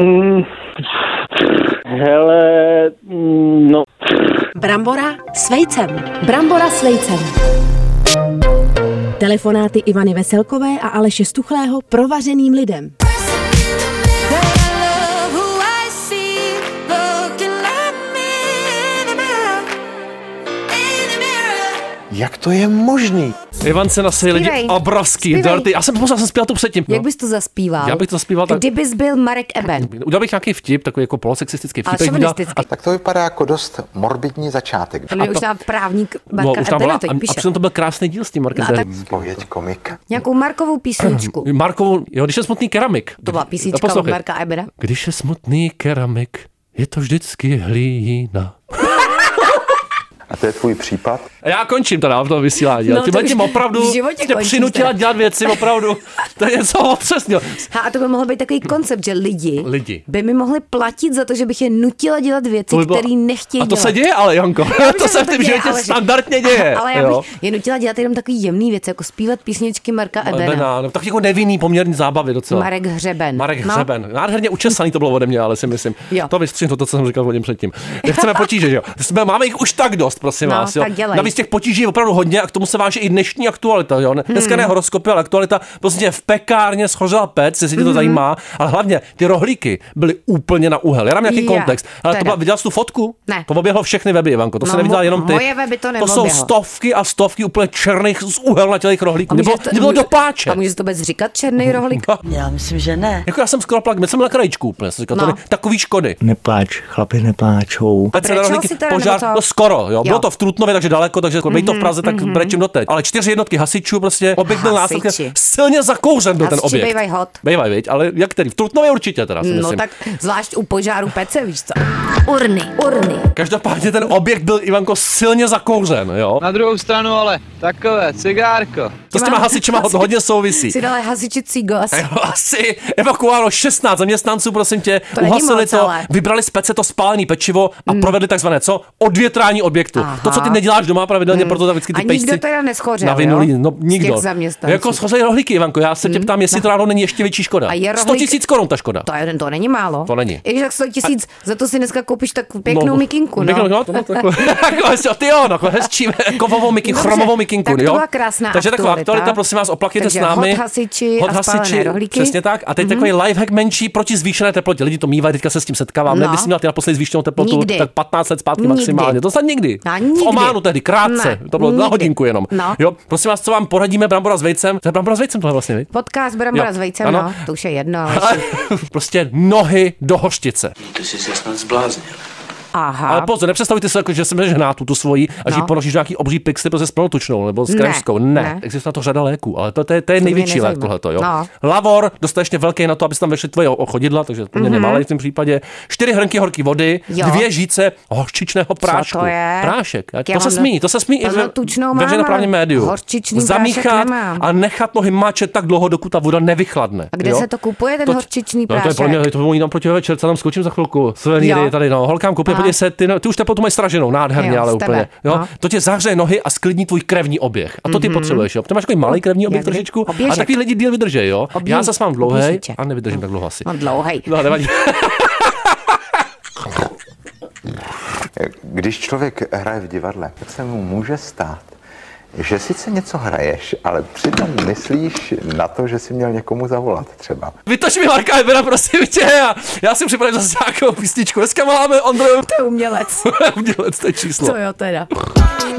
mm, no, Brambora s vejcem. Brambora s vejcem. Telefonáty Ivany Veselkové a Aleše Stuchlého provařeným lidem. Jak to je možný? Ivan se nasej lidi Zpívej. obrovský, Zpívej. dirty. Já jsem pozor, já jsem zpíval to předtím. No, Jak bys to zaspíval? Já bych to zaspíval tak- Kdybys byl Marek Eben. Udělal bych nějaký vtip, takový jako polosexistický Ale vtip. jak udělal- šovinisticky. Tak to vypadá jako dost morbidní začátek. To mi už dá právník no, Marka už tam byla, Ebena, a, teď a píše. přitom to byl krásný díl s tím Markem. No a Zem. Pověď komika. Nějakou Markovou písničku. Markovou, jo, když je smutný keramik. To byla písnička od No, Poslouchej. Marka Ebena. Když je smutný keramik, je to vždycky hlína. A to je tvůj případ? A já končím teda v tom vysílání. No, No, Ty to mě už tím opravdu v životě tě končíš přinutila teda. dělat věci, opravdu. To je něco otřesného. Ha, a to by mohl být takový koncept, že lidi, Lidi. by mi mohli platit za to, že bych je nutila dělat věci, by bylo- které nechtějí A to dělat. se děje, ale Janko. Dobře, to se v tom děje, životě ale že- standardně děje. Ale já jo. bych je nutila dělat jenom takový jemný věc, jako zpívat písničky Marka Ebena. Ebena, no, tak jako nevinný poměrně zábavy docela. Marek Hřeben. Marek No. Hřeben. Nádherně učesaný to bylo ode mě, ale si myslím. Jo. To vystřihnu to, co jsem říkal o něm předtím. Nechceme potíže, že jo? Jsme, máme jich už tak dost, prosím No, vás. Jo? tak dělej. Navíc těch potíží je opravdu hodně a k tomu se váží i dnešní aktualita. Jo? Dneska Hmm. ne horoskopy, ale aktualita. Prostě v pekárně schořela pec, jestli Hmm. tě to zajímá, ale hlavně ty rohlíky byly úplně na úhel. Já dám nějaký Jo, kontext. Ale to teda. byla, viděla jsi tu fotku? Ne. To oběhlo všechny weby, Ivanko. To No, se neviděla mo- jenom ty. moje weby to to jsou neoběhlo. stovky a stovky úplně černých z úhel na těch rohlíků. A může Nebylo, to- nebylo může- do páče. A může to vůbec říkat černý rohlík? Já myslím, že ne. Jako já jsem skoro plak, jsem na krajičku úplně, jsem říkal, no. No. to je takový škody. Nepláč, chlapi nepláčou. Pece brečel rohlíky, jsi teda, požár, nebo co? no skoro, jo. Bylo Jo. Mhm, to v Trutnově, takže daleko, takže mm-hmm, to v Praze, tak mm-hmm. brečím doteď. Ale čtyři jednotky hasičů prostě oběhnul No, Hasiči. následně silně zakouřen byl ten Hasiči objekt. bejvaj hot. Bejvaj, viď? ale jak tedy? V Trutnově určitě teda, si No myslím. tak zvlášť u požáru pece, víš co? Urny, urny. Každopádně ten objekt byl, Ivanko, silně zakouřen, jo. No, Na druhou stranu ale takové cigárko. To s těma hasičema ho- hodně souvisí. Si dala hasiči cigo asi. Jo, Asi evakuováno 16 zaměstnanců, prosím tě, To není uhasili moc, to, ale. Hmm. vybrali z pece to spálený pečivo a provedli takzvané co? Odvětrání objektu. Aha. Hmm. To, co ty neděláš doma pravidelně, proto tam vždycky ty A nikdo pejsci teda neschořel, navinulí. jo? No, Z těch nikdo. zaměstnanců. Hmm. No. Jako schořeli rohlíky, Ivanko, já se tě ptám, jestli to ráno není ještě větší škoda. A je 100 rohlík- tisíc korun ta škoda. To, je, to není málo. To není. I když tak 100 tisíc, za to si dneska koupíš tak pěknou mikinku, no. Pěknou, no, to- to- jako hezčí- ty jo, no, jako hezčí kovovou miki, Dobře, chromovou mikinku, tak to jo. byla krásná Takže taková aktualita. aktualita, prosím vás, oplakněte Takže s námi. hot hasiči a spálené rohlíky. Mhm. Přesně tak. A teď takový lifehack menší proti zvýšené teplotě. Lidi to mývají, teďka se s tím setkávám. No. No. Když jsi měla ty naposledy zvýšenou teplotu, Nikdy. tak 15 let zpátky Nikdy. maximálně. To snad nikdy. A nikdy. V Ománu tehdy, krátce. Ne, to bylo na nikdy. hodinku jenom. No. Jo, prosím vás, co vám poradíme, brambora s vejcem. To je brambora s vejcem tohle vlastně, viď? Podcast Brambora Jo, s vejcem, ano. no, to už je jedno. Ale... Ale prostě nohy do hoštice. Ty jsi se snad zbláznil. Aha. Ale pozor, nepředstavujte si, jako, že jsem ženátu tu svoji a že ji No. ponoříš do nějaký obří pixely prostě s plnotučnou nebo s Ne, kremskou. Ne, ne. ne. existuje na to řada léků, ale to, to, je, to je mě největší lék nezajímá. tohleto, jo. No. Lavor, dostatečně velký na to, aby se tam vešly tvoje o- chodidla, takže to mě nemále v tom případě. Čtyři hrnky horké vody, Mhm. Jo. dvě žíce hořčičného prášku. to je? Prášek. A Já to se mám smí, to se smí i ve, plnotučnou ve mám, veřejnoprávním ale médiu. horčičný prášek Zamíchat nemám. a nechat nohy máčet tak dlouho, dokud ta voda nevychladne. A kde jo? se to kupuje, ten horčičný No, to je pro mě, prášek? to budu jít tam proti večer, co tam skočím za chvilku. Suvenýry Jo. je tady, no, holkám koupím, Aha. podívej se, ty, no, ty už teplotu mají straženou, nádherně, Jo, ale z tebe, úplně. Jo, no. Mhm. To tě zahřeje nohy a sklidní tvůj krevní oběh. A to ty potřebuješ, jo. Ty máš takový malý krevní oběh Jakdy? trošičku, a Oběžek. takový lidi díl vydrží, jo. Já Oběž- zase mám dlouhý oběžíček. a nevydržím tak dlouho asi. No dlouhej. No, nevadí. Když člověk hraje v divadle, tak se mu může stát, že sice něco hraješ, ale přitom myslíš na to, že jsi měl někomu zavolat třeba. Vytoč mi Marka Ebera, prosím tě. A já si připravím zase nějakou písničku. Dneska máme Ondroj To je umělec. udělat to je číslo. To jo teda.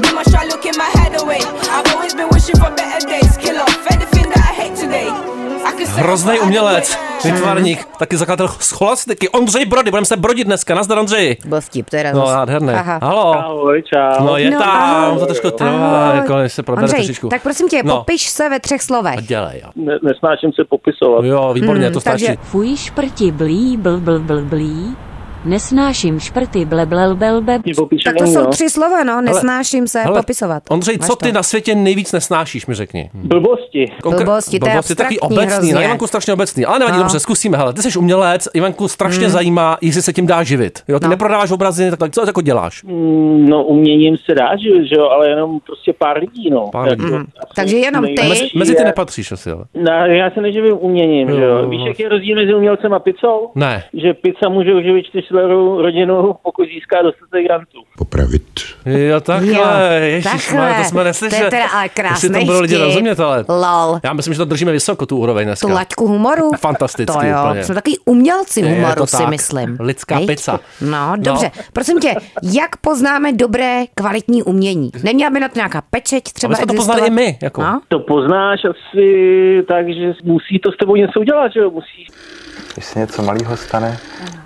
Then my shot looking my head away. I've always been wishing for better days. Kill off anything that I hate today. I can say- Hrozný umělec, vytvarník, taky zakladatel scholastiky. Ondřej Brody, budeme se brodit dneska. Nazdar, Ondřej. Byl vtip teda. No, zas. nádherný. Aha. Halo. Ahoj, čau. No je No, tam, ahoj. to trošku trvá, Ahoj. jako než se probere Ondřej, trošičku. tak prostě- prosím tě, No. popiš se ve třech A slovech. dělej, jo. No, Ne, nesnáším se popisovat. Jo, výborně, to stačí. Hmm, takže- Fuj šprti blí bl bl bl blí. Nesnáším šprty ble blel bel be. Mě popíšu Tak to jenom, jsou no. tři slova, no, nesnáším se Hele, popisovat. Ondřej, Máš co to? Hmm. ty na světě nejvíc nesnášíš, mi řekni. Blbosti. Blbosti, to je takový abstraktní obecný, hrozně. na Ivanku strašně obecný, ale nevadí, No. Hmm. dobře, zkusíme, hele, ty jsi umělec, Ivanku strašně zajímá, jestli se tím dá živit. Jo, ty No. neprodáváš obrazy, tak, tak co jako děláš? Mm, No, uměním se dá, že že jo, ale jenom prostě pár lidí, no. Pár lidí. Jako, Mhm. asi Takže jenom ty? Mezi, nejlepší mezi ty je- nepatříš asi, ale. No, já se neživím uměním, Jo, že no, jo. Víš, no. jaký je rozdíl mezi umělcem a pizzou? Ne. Že pizza může uživit čtyři svou rodinu, pokud získá dostatek grantů. Jo, takhle, Jo, ježišmarja, to takhle. jsme neslyšeli. To je teda ale Jestli krásnej to bylo lidi vtip. rozumět, ale... Lol. Já myslím, že to držíme vysoko, tu úroveň dneska. tu laťku humoru. Fantastický to jo, úplně. Jsme takový umělci Je humoru, to si tak. myslím. Lidská Viď? pizza. No, No. dobře. Prosím tě, jak poznáme dobré, kvalitní umění? Neměla by na to nějaká pečeť třeba Aby jsme to existovat? poznali i my, jako. No? To poznáš asi tak, že musí to s tebou něco udělat, že jo? Musí, Když se něco malého stane,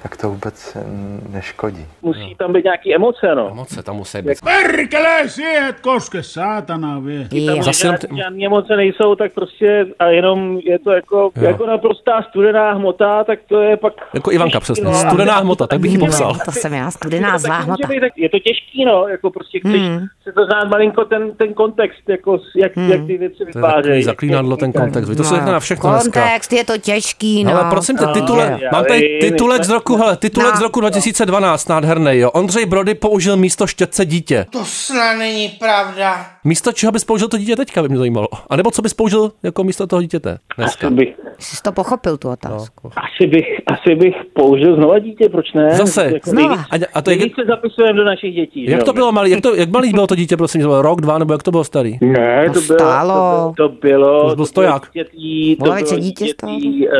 tak to vůbec mm, neškodí. musí tam být nějaký emoce, no. Moc se tam musí Jako- být. Perkele, siehet koske, sátana vie. Jo. Zase jenom Žádný, žádný emoce nejsou, tak prostě a jenom je to jako, jako naprostá studená hmota, tak to je pak... no, Jako Ivanka, přesně. No, Studená hmota, tak bych ji popsal. To jsem já, studená Tak zlá může hmota. být, tak je to těžký, no, jako prostě chceš hmm. se to znát malinko ten, ten kontext, jako s- jak, hmm. jak ty věci To je takový vytvářejí. zaklínadlo, ten kontext. Vy to se No, řekne na všechno dneska. Kontext je to těžký, no. Ale prosím tě, titule, jo. mám tady Ale- titulek z roku, hele, titulek No. z roku 2012, nádherný, jo. Ondřej Brody použil místo štětce dítě. To snad není pravda. Místo čeho bys použil to dítě teďka, by mě zajímalo. A nebo co bys použil jako místo toho dítěte dneska? Asi bych, Jsi to pochopil, tu otázku. No. asi, bych, asi bych použil znova dítě, proč ne? Jako Zase. Znova. nejvíc- A- a to je- nejvíc se zapisujeme do našich dětí. že Jak jo? to bylo malý, jak, to, jak malý bylo to dítě, prosím, tě, bylo rok, dva, nebo jak to bylo starý? Ne, to, To bylo, stálo. to bylo, to bylo, To byl to stoják. dítětí, to Mladeče bylo dítě dítětí, uh,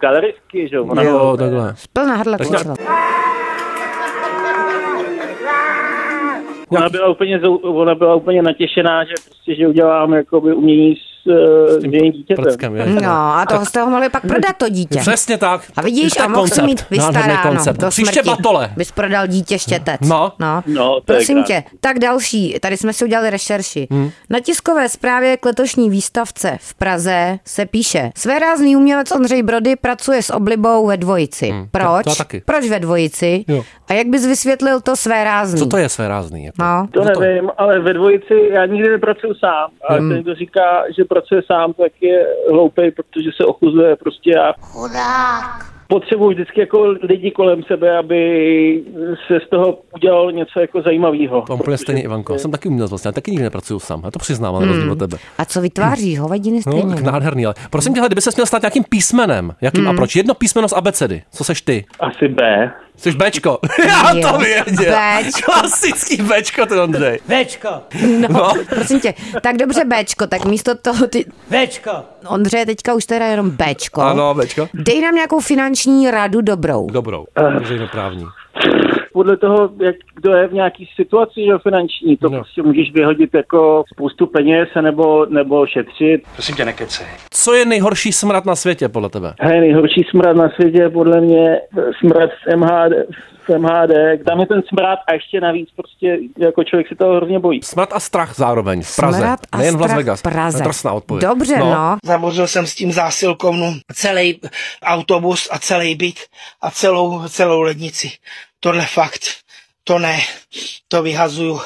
galeristky, že jo? Ona Jo, byla- takhle. Plná hrdla tlačila. Ona byla úplně, zou- ona byla úplně natěšená, že prostě, že udělám jakoby umění s, eh, s jejím dítětem. Prckem, je. No, a toho jste ho mohli pak prodat, to dítě. Přesně tak. prostě. A vidíš, to je a mohl jsi koncept. mít Nádherný vystaráno koncept. do Příště smrti. batole. Bys prodal dítě štětec. No. no. No, to je Prosím krásný. tě, tak další, tady jsme si udělali rešerši. Hmm. Na tiskové zprávě k letošní výstavce v Praze se píše, svérázný umělec Ondřej Brody pracuje s oblibou ve dvojici. Proč? Hmm. to já taky. Proč ve dvojici? Jo. A jak bys vysvětlil to svérázný? Co to je své rázný? Jako? No. To Co to je? nevím, ale ve dvojici já nikdy nepracuju sám. A hmm. ten, kdo říká, že pracuje sám, tak je hloupej, protože se ochuzuje prostě já. Chudák. Potřebuji vždycky jako lidi kolem sebe, aby se z toho udělalo něco jako zajímavého. To mám úplně stejně, Ivanko. Já jsem taky umělec vlastně, já taky nikdy nepracuju sám. Já to přiznám, ale rozdíl od tebe. A co vytváří hovadiny No, stejně? tak nádherný, ale prosím tě, hele, kdyby se měl stát nějakým písmenem, jakým Hmm. a proč? Jedno písmeno z abecedy. Co seš ty? Asi B. Jsi Bčko. Já to věděl. Bčko. Klasický Bčko, ten Ondřej. Večko, No. Prosím tě, tak dobře Bčko, tak místo toho ty... večko. Ondřeje teďka už teda jenom Bčko. Ano, Bčko. Dej nám nějakou finanční radu dobrou. Dobrou, veřejnoprávní. podle toho, jak kdo je v nějaký situaci že, jo, finanční, to No. no. prostě můžeš vyhodit jako spoustu peněz nebo, nebo šetřit. Co je nejhorší smrad na světě podle tebe? Hej, nejhorší smrad na světě je podle mě eh, smrad z MHD, z MHD. Tam je ten smrad a ještě navíc prostě jako člověk se toho hrozně bojí. Smrad a strach zároveň v Praze. Smrad a Nejen v Las strach Vegas. Praze. Drsná odpověď. Dobře, no. no. Zabořil jsem s tím zásilkovnu celý autobus a celý byt a celou, celou lednici. Tohle fakt, to ne, to vyhazuju.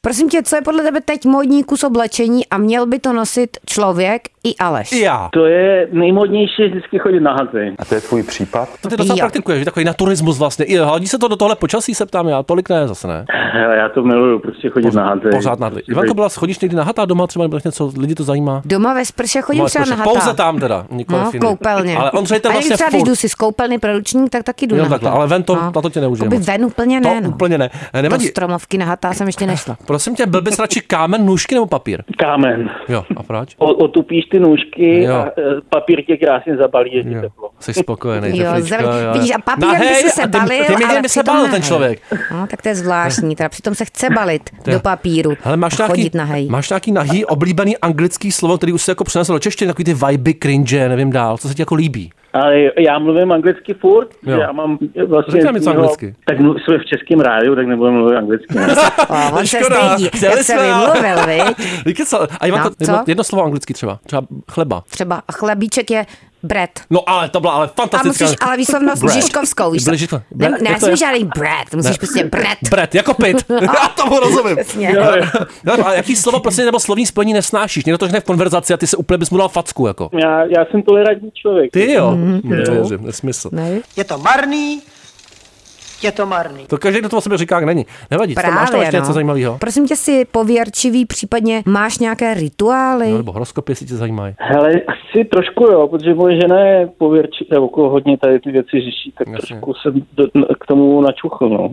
Prosím tě, co je podle tebe teď módní kus oblečení a měl by to nosit člověk i Aleš? I já. To je nejmodnější vždycky chodit na hazy. A to je tvůj případ? To ty docela Jo. praktikuješ, že? takový naturismus vlastně. I hladí se to do tohle počasí, se ptám já, tolik ne, zase ne. Hele, já to miluju, prostě chodit na hazy. Pořád na Prostě Ivanko být- byla, chodíš někdy na hatá doma třeba, nebo tak něco, lidi to zajímá. Doma ve sprše chodím Moje třeba na zkušenost. hatá. Pouze tam teda, nikoliv No, v jiný. koupelně. Ale Ondřej ten a vlastně když třeba, když furt. jdu si z koupelny pro ručník, tak taky jdu Jo, na takhle, hatá. ale ven to- na to tě neužije Jakoby moc. Ven úplně To ne, no. úplně ne. Eh, Do Nevadí, stromovky na hatá jsem ještě nešla. prosím tě, byl bys radši kámen, nůžky nebo papír? Kámen. Jo, a proč? O, otupíš ty nůžky Jo. jo. a e, papír tě krásně zabalí, je ti Jo. teplo. Jsi spokojený. Jo, Tepličko, zr- jo. vidíš, a papírem by Nahej, si se a ty- balil, Ty mě ale by se přitom balil ten nahej. člověk. No, tak to je zvláštní, teda přitom se chce balit je- do papíru Hele, máš a nějaký, chodit na hej. máš nějaký nahý oblíbený anglický slovo, který už se jako přenesl do češtiny, takový ty vibe, cringe, nevím dál, co se ti jako líbí. Ale já mluvím anglicky furt, Jo. jo. já mám vlastně... Řekni mi něco no, anglicky. Tak mluv, jsme v českém rádiu, tak nebudeme mluvit anglicky. ne? A on se Škoda, zdejdi, chtěli jak se jsme, ale- vymluvil, viď? Vykecal. A Ivanko, No, co? jedno, jedno, slovo anglicky třeba, třeba chleba. Třeba chlebíček je bread. No ale to byla ale A fantastická. musíš ale výslovnost Bread. Žižkovskou, víš co? Byli Žižko- Ne, Bread, ne, jak to nesmí je? žádný bread, musíš prostě bread. Bret, jako pit. Já tomu rozumím. No, a jaký slovo prostě nebo slovní spojení nesnášíš? Někdo to řekne v konverzaci a ty se úplně bys mu dal facku, jako. Já, já jsem Mhm. tolerantní člověk. No, Ty jo, mm, nevěřím, nesmysl. Ne? Je to marný, je to marný. To každý do toho sebe říká, jak není. Nevadí, Právě, máš tam ještě no. něco zajímavého? Prosím tě, si pověrčivý, případně máš nějaké rituály? No, nebo horoskopy, jestli tě zajímají. Hele, asi trošku jo, protože moje žena je pověrčí, nebo jako hodně tady ty věci řeší, tak Jasně. trošku jsem do, k tomu načuchl, no.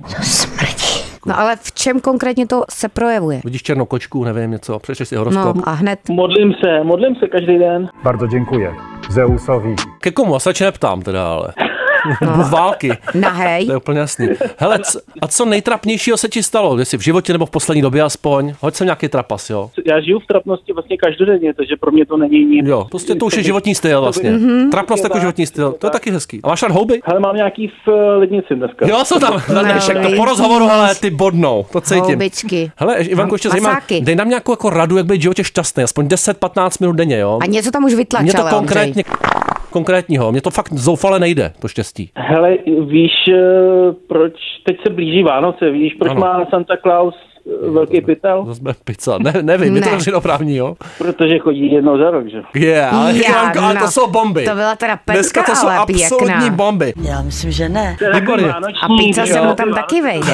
No ale v čem konkrétně to se projevuje? Vidíš černou kočku, nevím něco, přečteš si No horoskop. a hned. Modlím se, modlím se každý den. Bardzo dziękuję. Zeusowi. Ke komu? Já se radši neptám teda, ale. No. Bůh války. Nahej. To je úplně jasný. Hele, c- a co nejtrapnějšího se ti stalo? Jestli v životě nebo v poslední době aspoň? Hoď sem nějaký trapas, jo? Já žiju v trapnosti vlastně každodenně, takže pro mě to není nic. Jo, prostě to už je životní styl vlastně. Mhm. Trapnost jako životní styl, to je taky hezký. A máš rád houby? Hele, mám nějaký v lednici dneska. Jo, co tam? No, Dnešek, to po vidíš. rozhovoru, hele, ty bodnou, to cítím. Houbičky. Hele, ješ- Ivanko, ještě zajímá, Masáky. dej nám nějakou jako radu, jak být v životě šťastný, aspoň 10-15 minut denně, jo? A něco tam už Mně vytlačil, to Ondřej. konkrétně, konkrétního, mně to fakt zoufale nejde, to štěstí. Hele, víš, eh, proč teď se blíží Vánoce, víš, proč Ano. ano. má Santa Claus eh, velký pytel? Zase bude pizza, ne, nevím, je to Ne. veřejnoprávní, jo? Protože chodí jednou za rok, že? Je, yeah, ale, Já, Ivanko, ale to no. jsou bomby. To byla teda pecka, Dneska to jsou ale absolutní pěkná. bomby. Já myslím, že ne. To je takový Výborně. A vánoční, pizza se jo. mu tam taky vejde.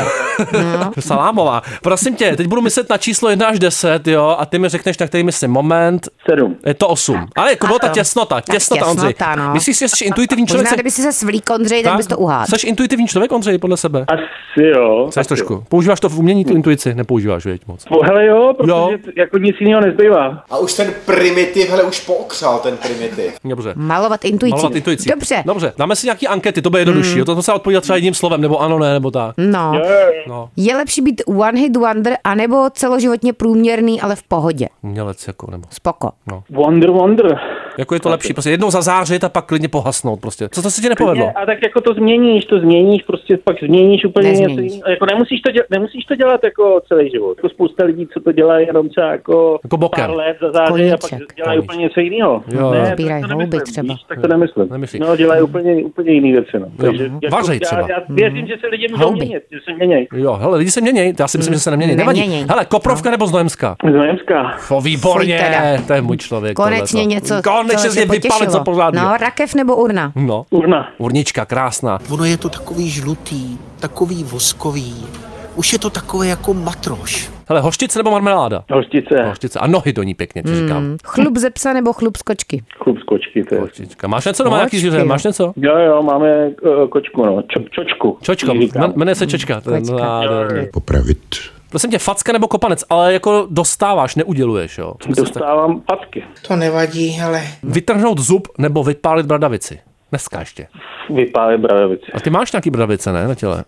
No. Salámová. Prosím tě, teď budu myslet na číslo 1 až 10, jo, a ty mi řekneš, na který myslím moment. Sedm. Je to 8. Ale jako byla ta těsnota, těsnota, Ondřej. těsnota, no. Myslíš, že jsi intuitivní člověk? Možná, kdyby si se svlík, Ondřej, tak bys to uhádl. Jsi intuitivní člověk, Ondřej, podle sebe? Asi jo. Jsi asi jo. trošku. Používáš to v umění, tu intuici? Nepoužíváš, věď moc. No, Hele jo, protože Jo. jo. jako nic jiného nezbývá. A už ten primitiv, hele, už pookřál ten primitiv. Dobře. Malovat intuicí. Malovat No. intuicí. Dobře. Hmm. Dobře, dáme si nějaký ankety, to bude jednodušší. Mm. To to se odpovídat třeba jedním slovem, nebo ano, ne, nebo tak. No. No, Je lepší být one hit wonder, anebo celoživotně průměrný, ale v pohodě. umělec jako, nebo. Spoko. Wonder, wonder. Jako je to lepší, prostě jednou zazářit a pak klidně pohasnout prostě. Co to se ti nepovedlo? Ne, a tak jako to změníš, to změníš, prostě pak změníš úplně Nezměníš. něco jiného. Jako nemusíš to, dělat, nemusíš to dělat jako celý život. Jako spousta lidí, co to dělá jenom třeba jako, Jako bokem. pár let za září a pak Koníček. dělají Koníček. úplně něco jiného. Jo, jo. ne, Sbírají tak to houby nemyslím, třeba. Víš, tak to nemyslím. Nemyslí. No, dělají úplně, úplně jiný věci. No. Jo. Vařej já, třeba. Mm. Já věřím, že se lidi můžou Houby. měnit, že se měnějí. Jo, hele, lidi se mění, já si Mm. myslím, že se nemění. Nevadí. Neměněj. Hele, Koprovka nebo Znojemská? Z Německa. To výborně, No. Fuj teda. to je můj člověk. Konečně tohleto. něco, Konečně co jsi mě tě vypálit za potěšilo. pořádně. No, rakev nebo urna? no. Urna. Urnička, krásná. Ono je to takový žlutý, takový voskový. Už je to takové jako matroš. Hele, hoštice nebo marmeláda? No. Hostice, Hoštice. A nohy do ní pěkně, ti říkám. Chlup Hm. ze psa nebo chlup z kočky? klub z kočky. To je. Hoštička. Máš něco doma, nějaký Hočky, zvíře? jo. Máš něco? Jo, jo, máme eh, kočku, no. Čo, čočku. Čočko, Jí říkám. jmen- jmenuje se Čečka. To je Kočka. nádherný. Popravit. Prosím tě, facka nebo kopanec, ale jako dostáváš, neuděluješ, jo. Co myslíš, tak- Dostávám patky. To nevadí, hele. Vytrhnout zub nebo vypálit bradavici? Dneska ještě. Vypálí bradavice. A ty máš nějaký bradavice, ne, na těle?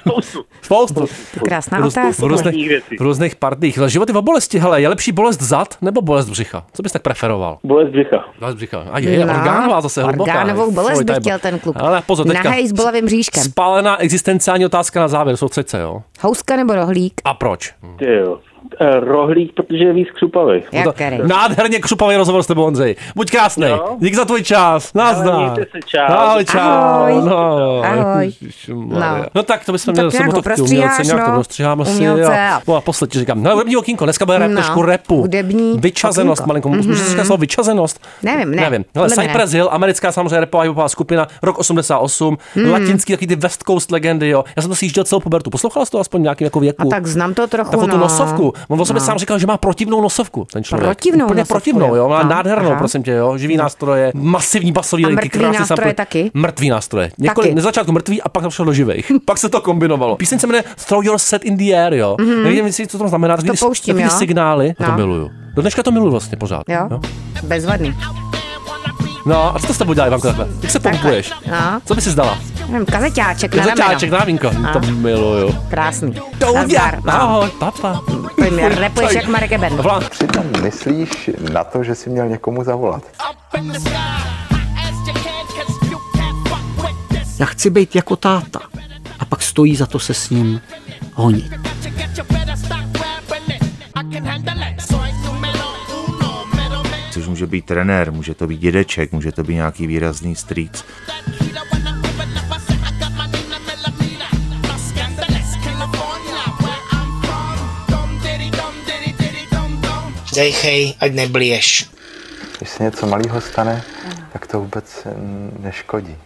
Spoustu. Spoustu. Krásná V růz- v otázka. různých, Různých věcí. v různých partiích. Ale život je o bolesti, hele, je lepší bolest zad nebo bolest břicha? Co bys tak preferoval? Bolest břicha. Bolest břicha. A je, je No, orgánová zase hluboká. Orgánovou bolest Fuj, by tady- chtěl ten kluk. Ale pozor, teďka. Nahej s bolavým říškem. Spálená existenciální otázka na závěr, soustřed se, jo? Houska nebo rohlík? A proč? Ty jo. Eh, Rohlík, protože je víc křupavý. No Jak kerej. Nádherně křupavý rozhovor s tebou, Ondřej. Buď krásný. Jo. Dík za tvůj čas. Nazdar. mějte se, čau. Ahoj, čau. Ahoj. No. Ahoj. Ježišmarja. No. No. tak to bychom No tak měli nějak ho sobotu v prostříháš, umělce, nějak to no. prostříháme asi. Umělce A, a- no a poslední ti říkám, no hudební okýnko, dneska bude rap, No, trošku repu. hudební Vyčazenost, okýnko. Mhm. malinko, mm-hmm. můžu říkat slovo vyčazenost? Nevím, ne. Nevím. Hele, Podle mě Cypress Hill, americká samozřejmě repová hipová skupina, rok 88, Mhm. mm. latinský, taky ty West Coast legendy, jo. Já jsem to sjížděl celou pubertu. Poslouchala jsi to aspoň v nějakém jako věku? A tak znám to trochu, Takovou tu no. nosovku. On o sobě No. sám říkal, že má protivnou nosovku, ten člověk. Protivnou Úplně nosovku, protivnou, jo. jo. Má Aha, nádhernou, aha. Mhm. prosím tě, jo. Živý nástroje, masivní basový A linky, mrtvý krásný nástroje sample- taky? Mrtvý nástroje. Několik, Taky. na začátku mrtvý a pak to šlo do živých. pak se to kombinovalo. Píseň se jmenuje Throw Your Set in the Air, jo. Mm-hmm. Nevím, jestli co to znamená, takový ty- Mhm. pouštím, takový ty jo. signály. No. To No. miluju. Do dneška to miluju vlastně pořád. Jo? Bezvadný. No a co to s tebou dělá, Ivanko, takhle? Jak se pompuješ? No. Co by si zdala? Nevím, kazeťáček na Začáček, rameno. návínko. To miluju. Krásný. To Nazdar. No, udělám. Ahoj, papa. Pojď mi, Repuješ jak Marek Eben. Vlá. Přitom myslíš na to, že jsi měl někomu zavolat. Já chci být jako táta. A pak stojí za to se s ním honit. Což může být trenér, může to být dědeček, může to být nějaký výrazný strýc. Dejchej, ať neblíješ. Když se něco malého stane, tak to vůbec mm, neškodí.